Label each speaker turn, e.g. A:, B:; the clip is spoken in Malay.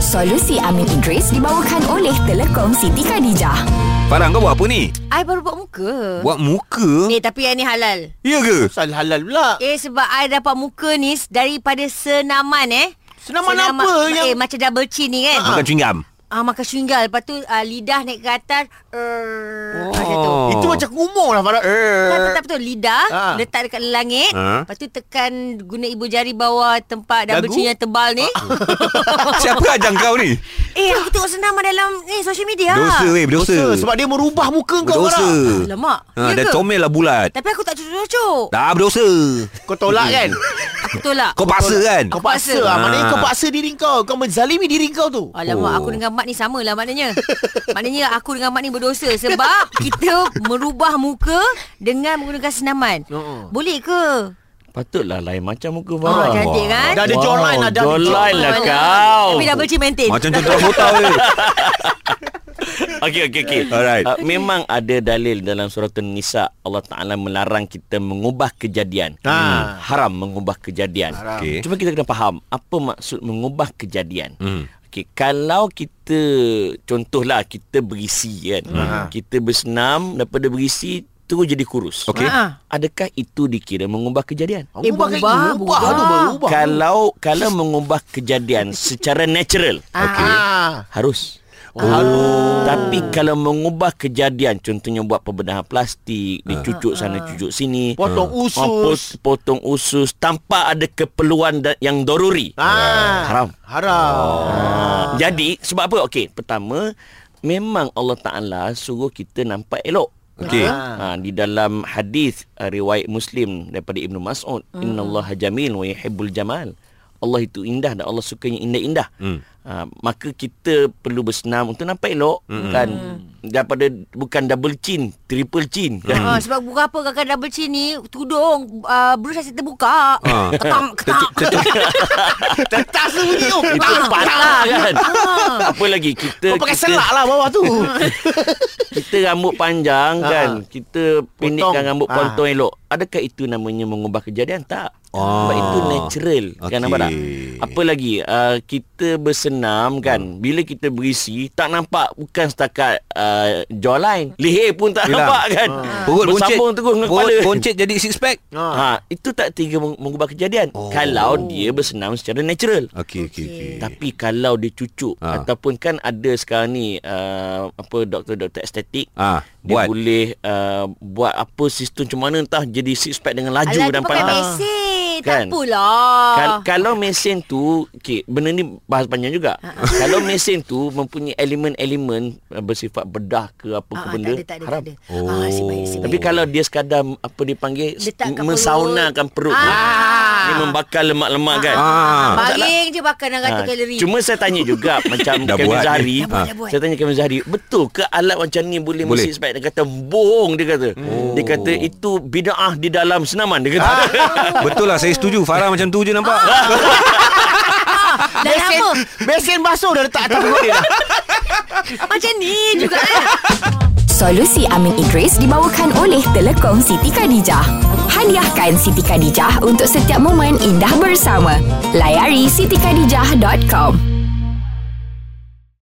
A: Solusi Amin Idris dibawakan oleh Telekom Siti Khadijah.
B: Farang kau buat apa ni?
C: I baru buat muka.
B: Buat muka?
C: Eh tapi yang ni halal.
B: Ya ke?
D: Pasal halal pula.
C: Eh sebab I dapat muka ni daripada senaman eh.
D: Senaman apa
C: Eh
D: yang-
C: macam double chin ni kan.
B: Bukan chewing gum.
C: Ah makan syinggal lepas tu ah, lidah naik ke atas. Er, oh. Macam tu.
B: Ah.
D: Itu macam kumur lah Farah.
C: Tak,
D: Er.
C: tak, tak betul Lidah
D: Ha.
C: Letak dekat langit
B: Ha.
C: Lepas tu tekan Guna ibu jari bawah Tempat double
D: Dagu?
C: chin yang tebal ni
B: Siapa ajang kau ni?
C: Eh aku tengok senaman dalam Ni social media
B: Dosa eh, weh,
D: Dosa.
B: berdosa.
D: Sebab dia merubah muka kau
B: Berdosa.
D: Farah.
C: Alamak
B: Ha,
C: Ya
B: dah
C: ke?
B: comel lah bulat.
C: Tapi aku tak cucuk-cucuk
B: Dah berdosa.
D: Kau tolak kan?
C: Aku tolak
B: Kau paksa kan?
D: Kau paksa.
C: paksa.
D: Ah. Maknanya
B: Ah.
D: kau paksa diri kau. Kau menzalimi diri kau tu.
C: Alamak,
B: Oh.
C: oh. aku dengan Mat ni sama lah maknanya. maknanya aku dengan Mat ni berdosa sebab kita merubah muka dengan menggunakan senaman.
D: Oh.
C: Boleh ke?
E: Patutlah lain macam muka
C: Oh,
E: Farah.
C: cantik kan?
D: Dah Ah, ada jawline lah, dah ada
E: jawline lah
C: Alah.
E: kau.
C: Tapi double chin maintain.
B: Macam tu tuan botak weh.
E: Okey okey okey.
B: Alright.
E: Uh, memang ada dalil dalam surah An-Nisa Allah Taala melarang kita mengubah kejadian. Hmm,
D: Ah.
E: Haram mengubah kejadian. Haram.
B: Okey.
E: Cuma kita kena faham apa maksud mengubah kejadian.
B: Hmm.
E: Okey, kalau kita contohlah kita berisi kan.
B: Hmm.
E: Kita bersenam daripada berisi terus jadi kurus.
B: Okey. Oh,
C: Ha.
E: Adakah itu dikira mengubah kejadian?
D: Ah,
C: Eh, berubah,
D: berubah, kan?
C: berubah.
D: berubah, tu berubah.
E: Kalau kalau mengubah kejadian secara natural
C: Okay.
D: Ah.
E: harus. Oh. Tapi kalau mengubah kejadian Contohnya buat pembedahan plastik Dicucuk sana cucuk
D: Ah.
E: sini
D: Potong
E: Ah,
D: usus.
E: pot- Potong usus Tanpa ada keperluan dan, yang doruri
D: Ah.
E: Eh, Haram.
D: Haram.
E: Ah. Jadi sebab apa? Okey, pertama memang Allah Taala suruh kita nampak elok.
B: Okey.
E: Ha, di dalam hadis uh, riwayat Muslim daripada Ibnu Mas'ud, hmm. innallaha jamil wa yuhibbul jamal. Allah itu indah dan Allah sukanya indah-indah. Hmm. Ha, maka kita perlu bersenam untuk nampak elok hmm. kan daripada bukan double chin, triple chin kan.
C: Ha, sebab buka apa kakak double chin ni Tudung uh, Bruce asyik terbuka
B: Ah.
C: Ketam Ketam
D: Tetas tu bunyi tu. Ah.
E: Itu patah kan. Apa lagi kita
D: Kau pakai
E: kita-
D: selak lah bawah tu.
E: Kita rambut panjang
D: Ha.
E: kan Kita pendekkan
D: Potong.
E: rambut
D: Ha.
E: potong elok Adakah itu namanya mengubah kejadian? Tak Sebab
B: Ah.
E: itu natural
B: Okey.
E: Kan nampak tak? Apa lagi uh, Kita bersenam kan Bila kita berisi Tak nampak Bukan setakat uh, jawline Leher pun tak
B: Hilang.
E: nampak kan
B: Perut boncit.
E: Bersambung terus dengan
B: Perut
E: kepala
B: boncit jadi six pack.
D: Ah.
E: ha, Itu tak tiga meng- mengubah kejadian
B: Oh.
E: Kalau dia bersenam secara natural
B: Okey okey okey.
E: tapi kalau dia cucuk
B: Ha.
E: ha. ataupun kan ada sekarang ni uh, apa doktor-doktor estetik
B: Ah,
E: dia
B: buat.
E: boleh uh, buat apa sistem macam mana entah jadi six pack dengan laju
C: Alah
E: dan
C: tu pakai
E: panjang.
C: mesin Oh. Tak
E: Kan?
C: apalah Ah,
E: Kal- kalau mesin tu okay, Benda ni bahas panjang juga
C: Ah,
E: Kalau mesin tu Mempunyai elemen-elemen uh, Bersifat bedah ke Apa ke
C: Ah, ah,
E: benda
C: Tak ada, tak ada,
E: Haram
C: tak ada. Ah, nasib baik, nasib
E: Tapi
C: baik.
E: kalau dia sekadar Apa dipanggil
C: Letak kat
E: Mensaunakan perut,
C: Ah.
E: dia. Dia membakar lemak-lemak kan
B: Ah.
C: Baring je makan 600
E: Ah,
C: kalori
E: Cuma saya tanya juga Macam
B: Dah
E: Kamil
B: buat ni.
E: Zahari
C: Dah buat,
E: Ah.
C: dah buat.
E: Saya tanya Kamil Zahari Betul ke alat macam ni
B: Boleh.
E: Boleh,
B: Oh.
E: boleh. mesti sebab Dia kata bohong Dia kata Dia kata itu bida'ah Di dalam senaman
B: Ah.
E: Dia kata
B: Betul lah saya setuju. Farah macam tu je nampak.
C: Dah lama
D: Mesin basuh dah letak atas perut dia dah.
C: Macam ni juga kan
A: Solusi Amin Idris dibawakan oleh Telekom Siti Khadijah. Hadiahkan Siti Khadijah untuk setiap momen indah bersama. Layari sitikadijah.com.